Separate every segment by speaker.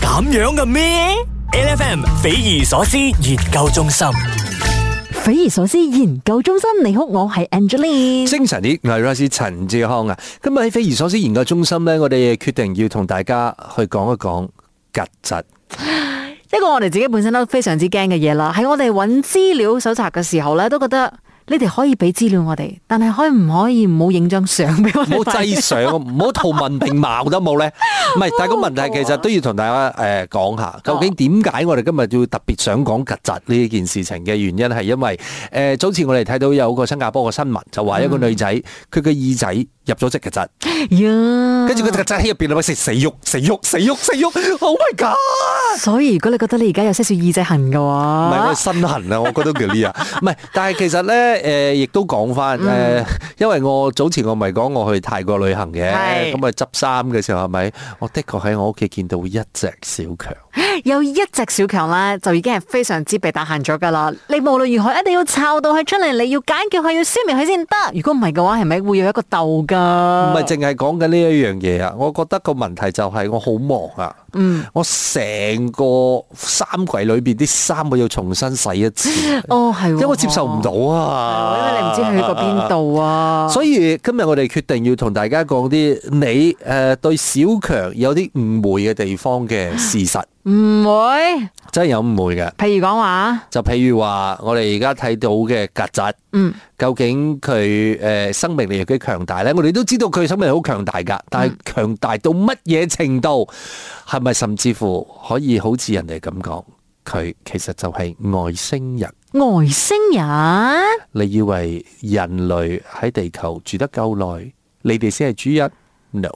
Speaker 1: 咁樣嘅咩？L F M 匪夷所思研究中心，
Speaker 2: 匪夷所思研究中心，你好，我係 Angeline。
Speaker 3: 精神啲，我係 Royce 陳志康啊。今日喺匪夷所思研究中心咧，我哋決定要同大家去講一講曱甴。
Speaker 2: 一個我哋自己本身都非常之驚嘅嘢啦，喺我哋揾資料搜集嘅時候咧，都覺得你哋可以俾資料我哋，但係可唔可以唔好影張相俾我哋？
Speaker 3: 唔好擠相，唔好圖文並茂得啊冇咧。唔係，但係個問題其實都要同大家誒講下，究竟點解我哋今日要特別想講曱甴呢件事情嘅原因係因為誒、呃早前我哋睇到有個新加坡嘅新聞，就話一個女仔佢嘅耳仔入咗隻曱甴，
Speaker 2: 呀
Speaker 3: 跟住個曱甴喺入邊你咪食死肉、死肉、死肉、死肉，Oh my god！
Speaker 2: 所以如果你覺得你而家有些少耳仔痕嘅
Speaker 3: 唔係
Speaker 2: 話
Speaker 3: 我，身痕啊，我覺得叫 呢啊，唔係，但係其實咧，誒、亦都講翻
Speaker 2: 嗯
Speaker 3: 誒，因為我早前我咪講我去泰國旅行嘅，
Speaker 2: 係
Speaker 3: 咁啊執衫嘅時候係咪？我的確喺我屋企見到一隻小強，
Speaker 2: 有一隻小強咧，就已經係非常之被打痕咗噶啦。你無論如何一定要摷到佢出嚟，你要解決佢，要消滅佢先得。如果唔係嘅話，係咪會有一個鬥
Speaker 3: 唔
Speaker 2: 噶？
Speaker 3: 係淨係講緊呢一樣嘢啊！我覺得個問題就係我好忙啊，
Speaker 2: 嗯，
Speaker 3: 我成個衫櫃裏邊啲衫我要重新洗一次，
Speaker 2: 哦係喎，
Speaker 3: 因為我接受唔到啊，
Speaker 2: 因為你唔知佢去過邊度啊。
Speaker 3: 所以今日我哋決定要同大家講啲你誒、呃、對小強有啲誤會嘅地方嘅事實，
Speaker 2: 唔會，
Speaker 3: 真係有誤會嘅。
Speaker 2: 譬如講話，
Speaker 3: 就譬如話，我哋而家睇到嘅曱甴，
Speaker 2: 嗯，
Speaker 3: 究竟佢誒、呃生命力有幾強大呢？我哋都知道佢生命力好強大㗎，但係強大到乜嘢程度？係咪甚至乎可以好似人哋咁講，佢其實就係外星人？
Speaker 2: 外星人
Speaker 3: 你以為人類喺地球住得夠耐，你哋先係主人？No，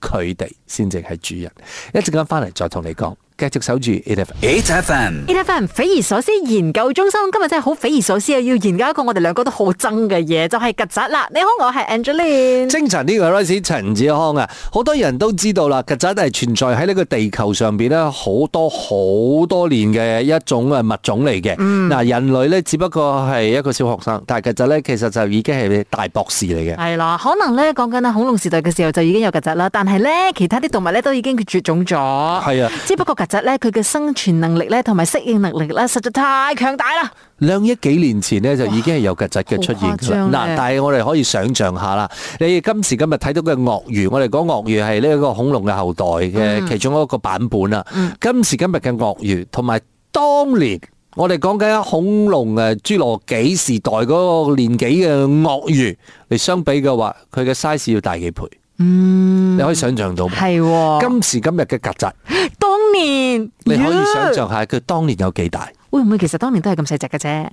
Speaker 3: 佢哋先至係主人。一陣間翻嚟再同你講，繼續守住 e f
Speaker 1: H F M
Speaker 2: e l e p h a n 匪夷所思研究中心今日真係好匪夷所思啊！要研究一個我哋兩個都好憎嘅嘢，就係曱甴啦。你好，我係 Angeline。
Speaker 3: 精神呢個 r i c e 陳志康啊，好多人都知道啦，曱甴係存在喺呢個地球上邊咧，好多好多年嘅一種誒物種嚟嘅。嗱、人類咧只不過係一個小學生，但係曱甴咧其實就已經係大博士嚟嘅。
Speaker 2: 係啦，可能咧講緊啊恐龍時代嘅時候就已經有曱甴啦，但係咧其他啲動物咧都已經絕種咗。
Speaker 3: 係啊，
Speaker 2: 只不過曱甴咧佢嘅生存能力咧同埋適應能力咧實在太強大啦。
Speaker 3: 兩億幾年前呢，就已經係有曱甴嘅出
Speaker 2: 哇
Speaker 3: 現㗎
Speaker 2: 好誇張
Speaker 3: 啦。
Speaker 2: 咧
Speaker 3: 嗱，但係我哋可以想像下啦，你今時今日睇到嘅鱷魚，我哋講鱷魚係呢一個恐龍嘅後代
Speaker 2: 嗯
Speaker 3: 嘅其中一個版本啦。今時今日嘅鱷魚同埋當年。我哋講緊恐龍誒侏羅紀時代嗰個年紀嘅鱷魚嚟相比嘅話，佢嘅 size 要大幾倍？嗯，你可以想像到嗎
Speaker 2: 係喎，
Speaker 3: 今時今日嘅曱甴，
Speaker 2: 當年
Speaker 3: 你可以想
Speaker 2: 呀
Speaker 3: 像下佢當年有幾大？
Speaker 2: 會唔會其實當年都係咁細隻嘅啫，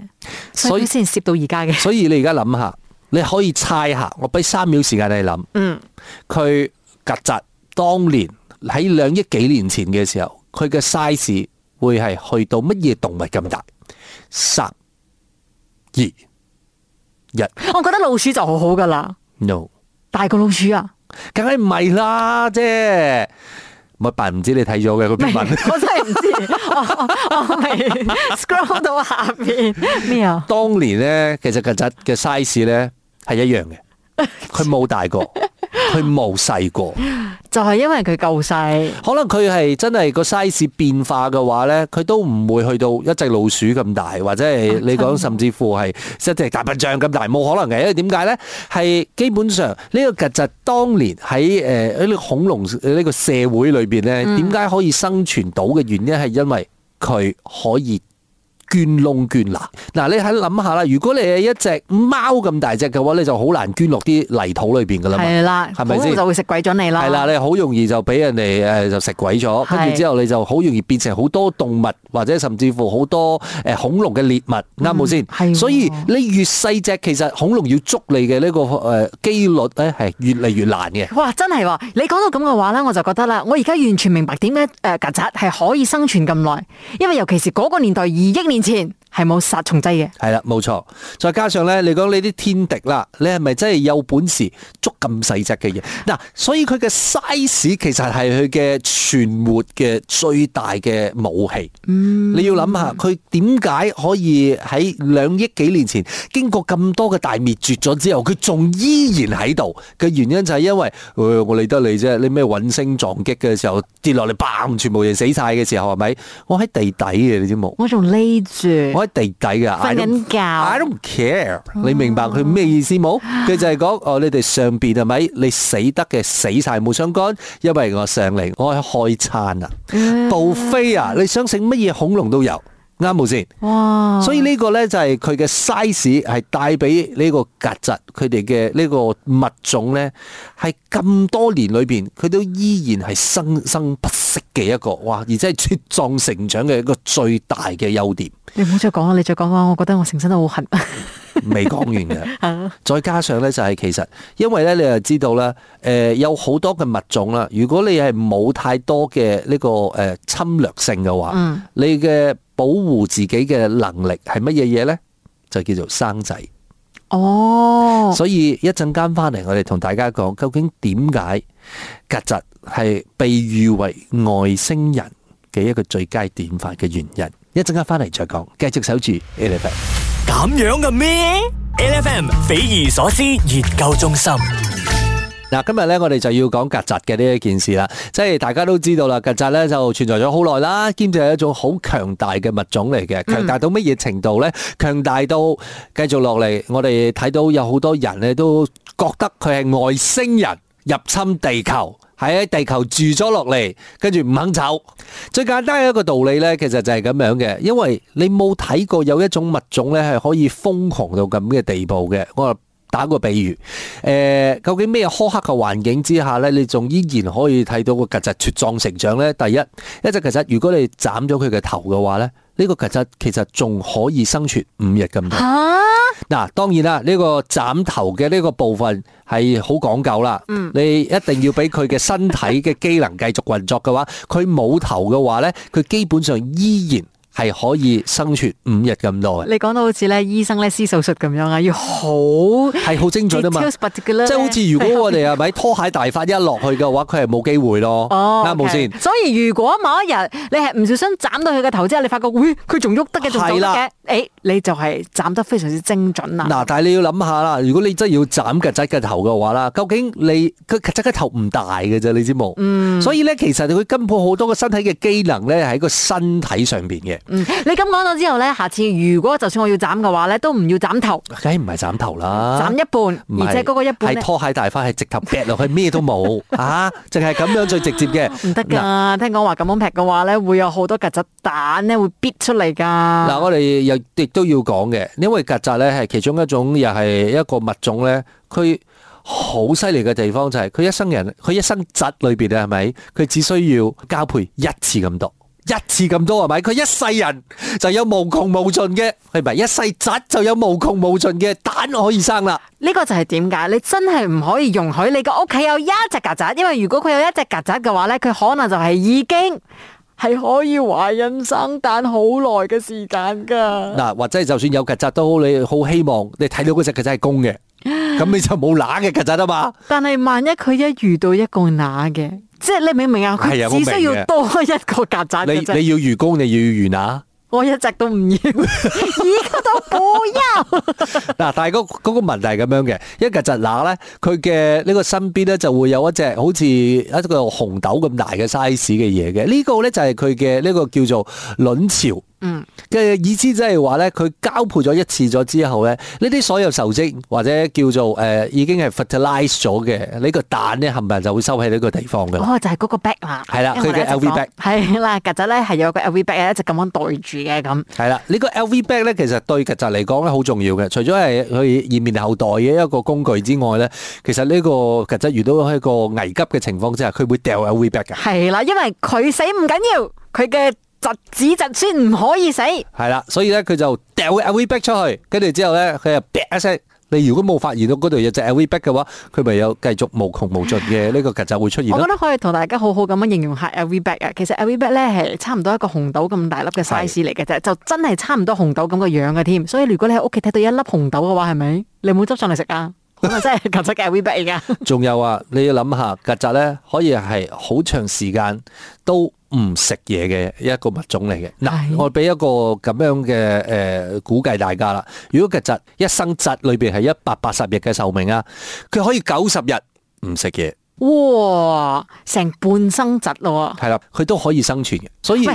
Speaker 2: 所
Speaker 3: 所
Speaker 2: 以
Speaker 3: 以
Speaker 2: 佢先攝到而家嘅。
Speaker 3: 所以你而家諗下，你可以猜下，我俾三秒時間你諗，
Speaker 2: 嗯，
Speaker 3: 佢曱甴當年喺兩億幾年前嘅時候，佢嘅 size 會係去到乜嘢動物咁大？三、二、一
Speaker 2: 我覺得老鼠就好好噶啦，
Speaker 3: ，no，
Speaker 2: 大過老鼠啊！
Speaker 3: 梗係唔係啦，啫。咪扮唔知你睇咗嘅嗰
Speaker 2: 唔
Speaker 3: 篇文。
Speaker 2: 係我真係唔知， 我我我係 scroll 到下邊咩啊？
Speaker 3: 當年咧，其實曱甴嘅 size 咧係一樣嘅，佢冇大過，佢冇細過。
Speaker 2: 就係因為佢夠細，
Speaker 3: 可能佢係真係個 size 變化嘅話咧，佢都唔會去到一隻老鼠咁大，或者係你講甚至乎係一隻大笨象咁大，冇可能嘅。因為點解咧？係基本上呢個曱甴當年喺誒呢個恐龍呢個社會裏邊咧，
Speaker 2: 嗯
Speaker 3: 點解可以生存到嘅原因係因為佢可以。捐窿捐罅，嗱你喺諗下啦，如果你係一隻貓咁大隻嘅話，你就好難捐落啲泥土裏邊噶啦嘛。
Speaker 2: 係啦，
Speaker 3: 係咪
Speaker 2: 恐龍
Speaker 3: 先
Speaker 2: 就會食鬼咗你啦。
Speaker 3: 係啦，你好容易就俾人哋誒就食鬼咗，
Speaker 2: 係
Speaker 3: 跟住之後你就好容易變成好多動物或者甚至乎好多誒恐龍嘅獵物，啱冇先？
Speaker 2: 嗯係喎
Speaker 3: 所以你越細只，其實恐龍要捉你嘅呢個誒機率咧係越嚟越難嘅。
Speaker 2: 哇，真係喎！你講到咁嘅話咧，我就覺得啦，我而家呃完全明白點解誒曱甴係可以生存咁耐，因為尤其是嗰個年代二億年前係冇殺蟲劑嘅。
Speaker 3: 系啦，冇錯。再加上咧，你講你啲天敵啦，你係咪真係有本事捉咁細只嘅嘢？嗱，所以佢嘅 size 其實係佢嘅存活嘅最大嘅武器。你要諗下，佢點解可以喺兩億幾年前經過咁多嘅大滅絕咗之後，佢仲依然喺度嘅原因就係因為，呃我理得你啫，你咩陨星撞擊嘅時候跌落嚟，砰，全部人死晒嘅時候係咪？我喺地底嘅，你知冇？
Speaker 2: 我仲匿住，
Speaker 3: 我喺地底㗎，
Speaker 2: 瞓緊覺
Speaker 3: I don't care，你明白佢咩意思冇？
Speaker 2: 啊
Speaker 3: 佢就係講哦，你哋上邊係咪？你死得嘅死晒冇相干，因為我上嚟，我係開餐啊，
Speaker 2: 嗯
Speaker 3: 布菲啊，你想食乜嘢恐龍都有，啱冇先？
Speaker 2: 哇！
Speaker 3: 所以呢個呢，就係佢嘅 size 係帶俾呢個曱甴佢哋嘅呢個物種呢，係咁多年裏邊，佢都依然係生生不息嘅一個哇，而且係茁壯成長嘅一個最大嘅優點。
Speaker 2: 你唔好再講啦，你再講講，我覺得我成身都好痕。
Speaker 3: 未講完嘅，再加上咧就係其實，因為咧你又知道啦，誒、有好多嘅物種啦，如果你係冇太多嘅呢、個誒、侵略性嘅話，
Speaker 2: 嗯
Speaker 3: 你嘅保護自己嘅能力係乜嘢嘢咧？就叫做生仔。
Speaker 2: 哦，
Speaker 3: 所以一陣間翻嚟，我哋同大家講，究竟點解曱甴係被譽為外星人嘅一個最佳典範嘅原因？一陣間翻嚟再講，繼續守住 e l e p h a n
Speaker 1: 咁樣嘅咩？LFM 匪夷所思研究中心。
Speaker 3: 嗱，今日咧我哋就要講曱甴嘅呢一件事啦，即係大家都知道啦，曱甴咧就存在咗好耐啦，兼且係一種好強大嘅物種嚟嘅，強大到乜嘢程度咧？強大到繼續落嚟，我哋睇到有好多人咧都覺得佢係外星人入侵地球。喺地球住咗落嚟，跟住唔肯走。最簡單嘅一個道理呢，其實就係咁樣嘅，因為你冇睇過有一種物種呢係可以瘋狂到咁嘅地步嘅。我話打個比喻，誒、究竟咩苛刻嘅環境之下呢？你仲依然可以睇到個曱甴茁壯成長呢？第一，一隻曱甴如果你斬咗佢嘅頭嘅話呢，呢、個曱甴其實仲可以生存五日咁多。
Speaker 2: 吓，
Speaker 3: 嗱，當然啦，呢、個斬頭嘅呢個部分係好講究啦。嗯，你一定要俾佢嘅身體嘅機能繼續運作嘅話，佢冇頭嘅話呢，佢基本上依然係可以生存五日咁多嘅，
Speaker 2: 你講到好似咧醫生咧施手術咁樣啊，要好
Speaker 3: 係好精準啊嘛。
Speaker 2: details particular
Speaker 3: 即係好似如果我哋係咪拖鞋大法一落去嘅話，佢係冇機會咯，
Speaker 2: 哦，
Speaker 3: 啱冇
Speaker 2: OK
Speaker 3: 先？
Speaker 2: 所以如果某一日你係唔小心斬到佢嘅頭之後，你發覺，咦，佢仲喐得嘅，仲走
Speaker 3: 係
Speaker 2: 得
Speaker 3: 啦
Speaker 2: 嘅，誒，你就係斬得非常之精準啦。
Speaker 3: 嗱，但係你要諗下啦，如果你真係要斬曱甴嘅頭嘅話啦，究竟你佢曱甴嘅頭唔大嘅啫，你知冇？
Speaker 2: 嗯
Speaker 3: 所以咧，其實佢根本好多個身體嘅機能咧，喺個身體上邊嘅，
Speaker 2: 嗯，你咁講咗之後咧，下次如果就算我要斬嘅話咧，都唔要斬頭，
Speaker 3: 梗係唔係斬頭啦，
Speaker 2: 斬一
Speaker 3: 唔
Speaker 2: 半，
Speaker 3: 係
Speaker 2: 而且嗰個一半
Speaker 3: 係
Speaker 2: 咧
Speaker 3: 拖鞋大花，係直頭劈落去咩都冇啊，淨係咁樣最直接嘅，
Speaker 2: 唔得
Speaker 3: 嗱。
Speaker 2: 㗎。聽講話咁樣劈嘅話咧，會有好多曱甴蛋咧會逼出嚟㗎。
Speaker 3: 嗱，我哋又亦都要講嘅，因為曱甴咧係其中一種，又係一個物種咧，佢好犀利嘅地方就係、佢一生人，佢一生疾裏邊咧係咪？佢只需要交配一次咁多。一次咁多係咪？佢一世人就有無窮無盡嘅，係咪？一世疾就有無窮無盡嘅蛋可以生啦。
Speaker 2: 呢個就係點解你真係唔可以容許你個屋企有一隻曱甴，因為如果佢有一隻曱甴嘅話咧，佢可能就係已經係可以懷孕生蛋好耐嘅時間㗎。
Speaker 3: 嗱，或者係就算有曱甴都好，你好希望你睇到嗰只曱甴係公嘅，咁你就冇乸嘅曱甴啊嘛。
Speaker 2: 但係萬一佢一遇到一個乸嘅，即係你明唔明啊？
Speaker 3: 係
Speaker 2: 佢
Speaker 3: 啊我明
Speaker 2: 只需要
Speaker 3: 嘅
Speaker 2: 多一個曱甴
Speaker 3: 你
Speaker 2: 嘅啫，
Speaker 3: 你要魚公，你要魚乸。
Speaker 2: 我一隻都唔 要，一個都不要。
Speaker 3: 嗱，但係嗰嗰個問題係咁樣嘅，一曱甴乸咧，佢嘅呢個身邊咧就會有一隻好似一個紅豆咁大嘅 size 嘅嘢嘅，呢、個咧就係佢嘅呢個叫做卵巢。
Speaker 2: 嗯
Speaker 3: 嘅意思即係話咧，佢交配咗一次咗之後咧，呢啲所有受精或者叫做誒、呃已經係 fertilize 咗嘅呢個蛋咧，冚唪唥就會收喺呢個地方㗎啦。
Speaker 2: 哦，就係嗰個 bag 啦，
Speaker 3: 係啦
Speaker 2: 因為我哋一
Speaker 3: 佢嘅
Speaker 2: 直
Speaker 3: LV bag
Speaker 2: 講係啦，曱甴咧係有個 LV bag 一直咁樣袋住嘅咁。
Speaker 3: 係啦，呢、個 LV bag 咧，其實對曱甴嚟講咧好重要嘅。除咗係佢以面後代嘅一個工具之外咧，其實呢個曱甴遇到一個危急嘅情況之下，佢會掉 LV bag 㗎。
Speaker 2: 係啦，因為佢死唔緊要，佢嘅侄子侄孫唔可以死。
Speaker 3: 係啦，所以咧佢就掉 LV bag 出去，跟住之後咧佢就啪一聲你如果冇發現到嗰度有隻 LV b 嘅話，佢咪有繼續無窮無盡嘅呢個曱甴會出現
Speaker 2: 我覺
Speaker 3: 咯。
Speaker 2: 得可以同大家好好咁樣形容下 LV bag 啊，其實 LV bag 咧係差唔多一個紅豆咁大粒嘅 size 嚟嘅啫，就真係差唔多紅豆咁嘅樣嘅添。所以如果你喺屋企睇到一粒紅豆嘅話，係咪你冇執上嚟食啊？咁啊真係曱甴嘅 LV bag 而家。
Speaker 3: 仲有啊，你要諗下曱甴咧，可以係好長時間都唔食嘢嘅一個物種嚟嘅。
Speaker 2: 係
Speaker 3: 嗱，我俾一個咁樣嘅誒、呃估計大家啦。如果曱甴一生蟄裏邊係一百八十日嘅壽命啊，佢可以九十日唔食嘢，
Speaker 2: 哦哇！成半生窒咯喎，
Speaker 3: 係啦，佢都可以生存嘅。所以
Speaker 2: 喂，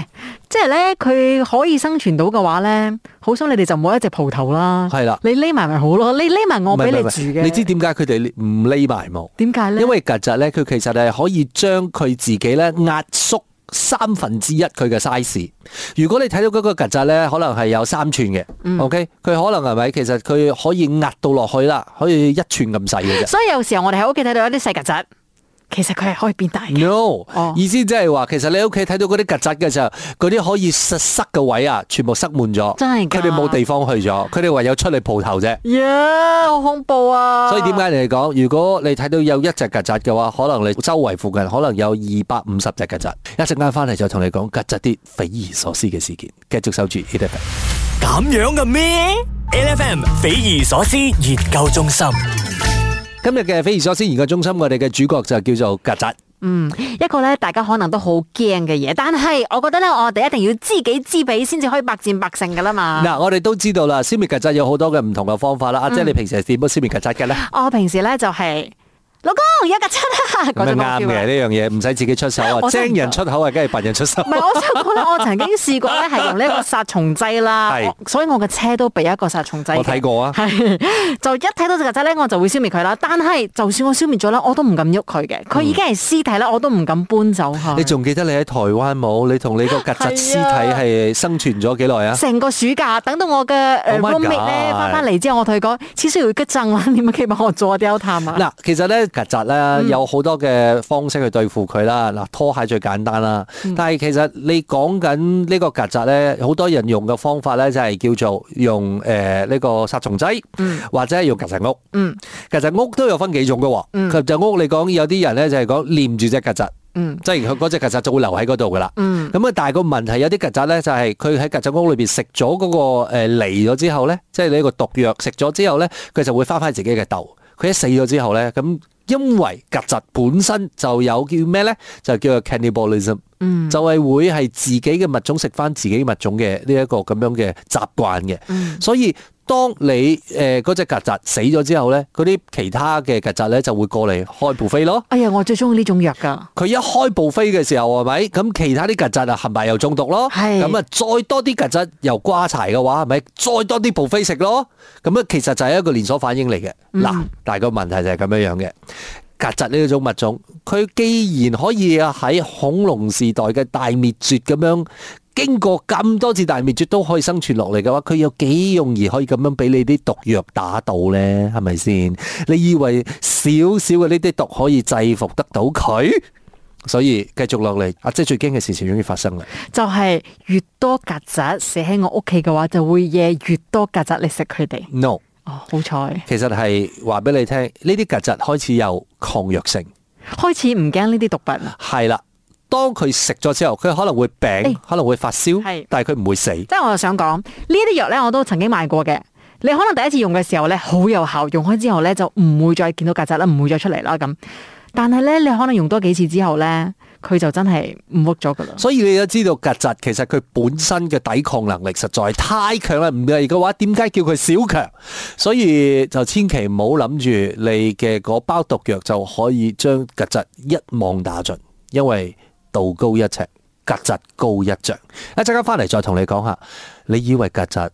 Speaker 2: 即係咧佢可以生存到嘅話咧，好想你哋就唔好一隻葡萄啦。
Speaker 3: 係啦
Speaker 2: 你匿埋咪好咯，你匿埋我俾你
Speaker 3: 唔係唔係唔
Speaker 2: 住
Speaker 3: 係
Speaker 2: 嘅。
Speaker 3: 你知點解佢哋唔匿埋冇？
Speaker 2: 點解咧？
Speaker 3: 因為曱甴咧，佢其實係可以將佢自己咧壓縮三分之一佢嘅 size。如果你睇到嗰個曱甴咧，可能係有三寸嘅、o
Speaker 2: 嗯
Speaker 3: k 佢可能係咪？其實佢可以壓到落去啦，可以一寸咁細嘅啫。
Speaker 2: 所以有時候我哋喺屋企睇到一啲細曱甴，其實佢係可以變大嘅。
Speaker 3: No，、
Speaker 2: 哦
Speaker 3: 意思即係話，其實你喺屋企睇到嗰啲曱甴嘅時候，嗰啲可以塞塞嘅位啊，全部塞滿咗，
Speaker 2: 真係㗎
Speaker 3: 佢哋冇地方去咗，佢哋唯有出嚟蒲頭啫。
Speaker 2: 呀，好恐怖啊！
Speaker 3: 所以點解你嚟講，如果你睇到有一隻曱甴嘅話，可能你周圍附近可能有二百五十隻曱甴。一陣間翻嚟就同你講曱甴啲匪夷所思嘅事件，繼續守住 e f
Speaker 1: 咁樣嘅咩？LFM 匪夷所思研究中心。
Speaker 3: 今日嘅匪夷所思研究中心，我哋嘅主角就叫做曱甴。
Speaker 2: 嗯，一個咧大家可能都好驚嘅嘢，但係我覺得咧，我哋一定要知己知彼先至可以百戰百勝噶啦嘛。
Speaker 3: 嗱、我哋都知道啦，消滅曱甴有好多嘅唔同嘅方法啦。阿姐，你平時係點樣消滅曱甴嘅咧？
Speaker 2: 我平時咧就係、老公有曱甴啊，
Speaker 3: 咁
Speaker 2: 嗰
Speaker 3: 係
Speaker 2: 種
Speaker 3: 啱嘅
Speaker 2: feel 啊
Speaker 3: 呢樣嘢，唔使自己出手啊！
Speaker 2: 我真係唔
Speaker 3: 精人出口啊，梗係笨人出手
Speaker 2: 唔。 係，我想講咧，我曾經試過咧，係用呢一個殺蟲劑啦，
Speaker 3: 係
Speaker 2: 我所以我嘅車都備一個殺蟲劑嘅。
Speaker 3: 我睇過啊
Speaker 2: 係就一睇到只曱甴咧，我就會消滅佢啦。但係就算我消滅咗啦，我都唔敢喐佢嘅，佢已經係屍體啦，我都唔敢搬走佢。
Speaker 3: 嗯你仲記得你喺台灣冇？你同你個曱甴屍
Speaker 2: 係啊
Speaker 3: 體係生存咗幾耐啊？
Speaker 2: 成個暑假，等到我嘅
Speaker 3: Oh
Speaker 2: 誒
Speaker 3: my
Speaker 2: roommate 咧
Speaker 3: God
Speaker 2: 翻翻嚟之後，我同佢講：此需要吉贈啦， 你咪可以幫我做一啲休探啊？
Speaker 3: 嗱，其實咧曱甴咧有好多嘅方式去對付佢啦。嗱，拖鞋最簡單啦，但係其實你講緊呢個曱甴咧，好多人用嘅方法咧就係叫做用誒呢個殺蟲劑，或者係用曱甴屋。
Speaker 2: 嗯
Speaker 3: 曱甴屋都有分幾種嘅喎。曱甴屋你講有啲人咧就係講黏住隻曱甴，
Speaker 2: 嗯
Speaker 3: 即係佢嗰隻曱甴就會留喺嗰度噶啦。
Speaker 2: 嗯，
Speaker 3: 咁啊，但係個問題有啲曱甴咧，就係佢喺曱甴屋裏邊食咗嗰個誒嚟咗之後咧，即係呢個毒藥食咗之後咧，佢就會翻返自己嘅竇。佢一死咗之後咧，咁因為曱甴本身就有叫咩咧，就叫做 cannibalism，、就
Speaker 2: 嗯
Speaker 3: 係會係自己嘅物種食翻自己物種嘅呢一個咁樣嘅習慣嘅。
Speaker 2: 嗯
Speaker 3: 所以當你誒嗰只曱甴死咗之後咧，嗰啲其他嘅曱甴咧就會過嚟開 buffet 咯。
Speaker 2: 哎呀，我最中意呢種藥㗎。
Speaker 3: 佢一開步飛嘅時候係咪？咁其他啲曱甴啊，冚埋又中毒咯。
Speaker 2: 係
Speaker 3: 咁啊，再多啲曱甴又瓜柴嘅話，係咪？再多啲步飛食咯。咁啊，其實就係一個連鎖反應嚟嘅。嗱、但係個問題就係咁樣樣嘅。曱甴呢一種物種，佢既然可以喺恐龍時代嘅大滅絕咁樣。經過咁多次大滅絕都可以生存落嚟嘅話，佢有幾容易可以咁樣俾你啲毒藥打到呢？係咪先？你以為少少嘅呢啲毒可以制服得到佢？所以繼續落嚟，阿姐最驚嘅事情終於發生啦！
Speaker 2: 就係越多曱甴死喺我屋企嘅話，就會惹越多曱甴嚟食佢哋。
Speaker 3: No，
Speaker 2: 哦，好彩，
Speaker 3: 其實係話俾你聽，呢啲曱甴開始有抗藥性，
Speaker 2: 開始唔驚呢啲毒品，啊
Speaker 3: 係啦。當佢食咗之後，佢可能會病，
Speaker 2: 哎
Speaker 3: 可能會發燒
Speaker 2: 係，
Speaker 3: 但係佢唔會死。
Speaker 2: 即係我就想講呢啲藥咧，我都曾經買過嘅。你可能第一次用嘅時候咧，好有效，用開之後咧就唔會再見到曱甴啦，唔會再出嚟啦咁。但係咧，你可能用多幾次之後咧，佢就真係唔 work 咗噶啦。
Speaker 3: 所以你都知道曱甴其實佢本身嘅抵抗能力實在太強啦，唔係嘅話點解叫佢小強？所以就千祈唔好諗住你嘅嗰包毒藥就可以將曱甴一網打盡，因為道高一尺，曱甴高一丈。一陣間翻嚟再同你講下，你以為曱甴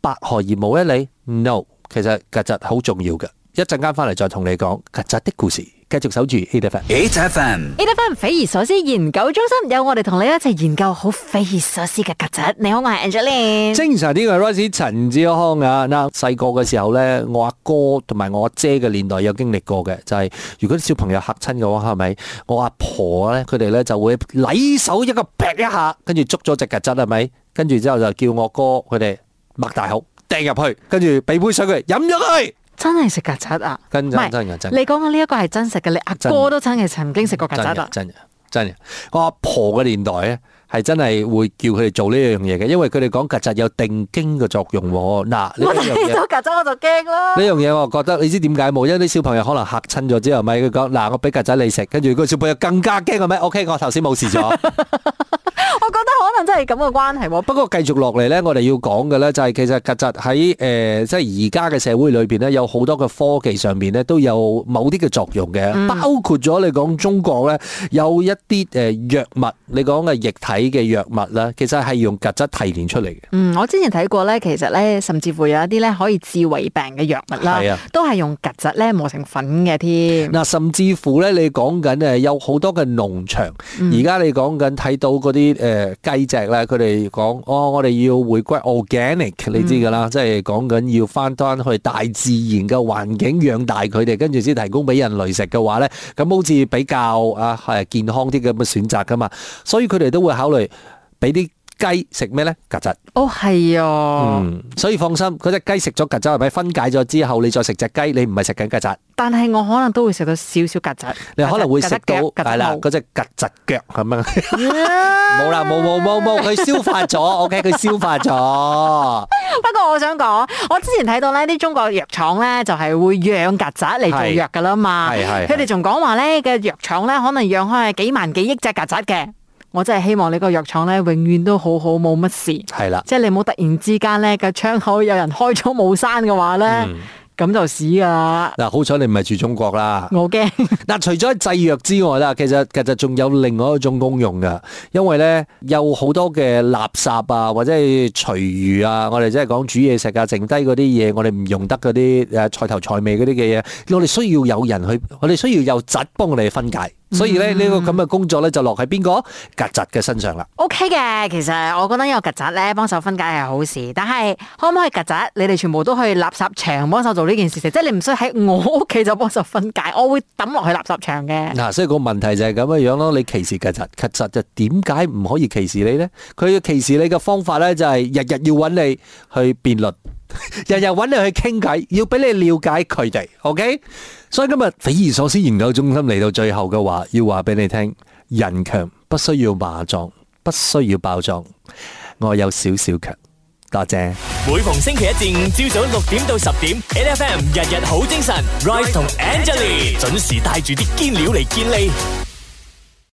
Speaker 3: 百害而無一利？No，其實曱甴好重要嘅。一陣間翻嚟再同你講曱甴的故事，繼續守住 A F M。
Speaker 4: 8FM,
Speaker 2: A. F. 匪夷所思研究中心有我哋同你一齊研究好匪夷所思嘅曱甴。你好，我係 Angeline。
Speaker 3: 精神啲嘅 Rice 陳志康啊，嗱細個嘅時候咧，我阿哥同埋我阿姐嘅年代有經歷過嘅，就係、如果啲小朋友嚇親嘅話，係咪我阿婆咧，佢哋咧就會禮手一個劈一下，跟住捉咗只曱甴係咪？跟住之後就叫我哥佢哋擘大口掟入去，跟住俾杯水佢飲咗佢。
Speaker 2: 真係食曱甴啊！
Speaker 3: 真真
Speaker 2: 唔係
Speaker 3: 真嘅真嘅
Speaker 2: 你講嘅呢一個係真實嘅，你阿
Speaker 3: 真
Speaker 2: 哥都真係曾經食過曱甴啊！
Speaker 3: 真嘅，真嘅，真嘅。我阿婆嘅年代咧，係真係會叫佢哋做呢樣嘢嘅，因為佢哋講曱甴有定經嘅作用喎。嗱，呢
Speaker 2: 我
Speaker 3: 樣
Speaker 2: 睇
Speaker 3: 嘢。
Speaker 2: 到曱甴我就驚啦
Speaker 3: 呢。樣嘢我覺得你知點解冇？因為啲小朋友可能嚇親咗之後，咪佢講嗱，我俾曱甴你食，跟住個小朋友更加驚嘅咩？OK，我頭先冇事咗。
Speaker 2: 我覺得可能真係咁嘅關係喎。
Speaker 3: 不過繼續落嚟咧，我哋要講嘅咧就係其實曱甴喺誒即係而家嘅社會裏邊咧，有好多嘅科技上邊咧都有某啲嘅作用嘅，包括咗你講中國咧有一啲誒藥物，你講嘅液體嘅藥物啦，其實係用曱甴提煉出嚟嘅。
Speaker 2: 嗯，我之前睇過咧，其實咧，甚至乎有一啲咧可以治胃病嘅藥物啦
Speaker 3: 係啊，
Speaker 2: 都係用曱甴咧磨成粉嘅添。
Speaker 3: 嗱，甚至乎咧，你講緊誒有好多嘅農場，而家、你講緊睇到嗰啲誒雞隻咧，佢哋講哦，我哋要回歸 organic，你知㗎啦，即係講緊要翻返去大自然嘅環境養大佢哋，跟住先提供俾人類食嘅話咧，咁好似比較啊係健康啲咁嘅選擇㗎嘛，所以佢哋都會考慮俾啲。雞食咩咧？曱甴，
Speaker 2: 哦，係啊，
Speaker 3: 嗯，所以放心，嗰只雞食咗曱甴係咪分解咗之後，你再食只雞，你唔係食緊曱甴。
Speaker 2: 但係我可能都會食到少少曱甴。
Speaker 3: 你可能會食到
Speaker 2: 曱甴腳
Speaker 3: 係
Speaker 2: 曱
Speaker 3: 啦，
Speaker 2: 甴
Speaker 3: 嗰只曱甴腳咁 樣，
Speaker 2: 毛
Speaker 3: 冇啦，冇冇冇冇，佢消化咗，OK，佢消化咗，
Speaker 2: 不過我想講，我之前睇到呢啲中國藥廠咧就係會養曱甴嚟做藥噶啦嘛，
Speaker 3: 係係係
Speaker 2: 佢哋仲講話咧嘅藥廠咧可能養開係幾萬幾億隻曱甴嘅，我真係希望你個藥廠咧永遠都好好冇乜事，
Speaker 3: 係啦。
Speaker 2: 即係你冇突然之間咧個窗口有人開咗冇閂嘅話咧，咁、就屎噶啦，
Speaker 3: 嗱，好彩你唔係住中國 啦。
Speaker 2: 我驚。
Speaker 3: 嗱，除咗製藥之外啦，其實其實仲有另外一種功用㗎，因為咧有好多嘅垃圾啊，或者係廚餘啊，我哋即係講煮嘢食啊，剩低嗰啲嘢，我哋唔用得嗰啲誒菜頭菜尾嗰啲嘅嘢，我哋需要有人去，我哋需要有窒幫我哋分解，所以咧呢個咁嘅工作咧就落喺邊個曱甴嘅身上啦。
Speaker 2: O K 嘅，其實我覺得有曱甴咧幫手分解係好事，但係可唔可以曱甴你哋全部都去垃圾場幫手做呢件事情？即係你唔需要喺我屋企就幫手分解，我會抌落去垃圾場嘅。
Speaker 3: 嗱、所以個問題就係咁樣樣咯。你歧視曱甴，曱甴就點解唔可以歧視你呢？佢歧視你嘅方法呢，就係日日要揾你去辯論， 日日揾你去傾偈，要俾你了解佢哋。OK，所以今日匪夷所思研究中心嚟到最後嘅話，要話俾你聽：人強不需要馬壯，不需要爆壯。我有少少強，多謝。
Speaker 1: 每逢星期一至五朝早六點到十點，N F M 日日好精神，Rise 同 Angelie 準時帶住啲堅料嚟堅利。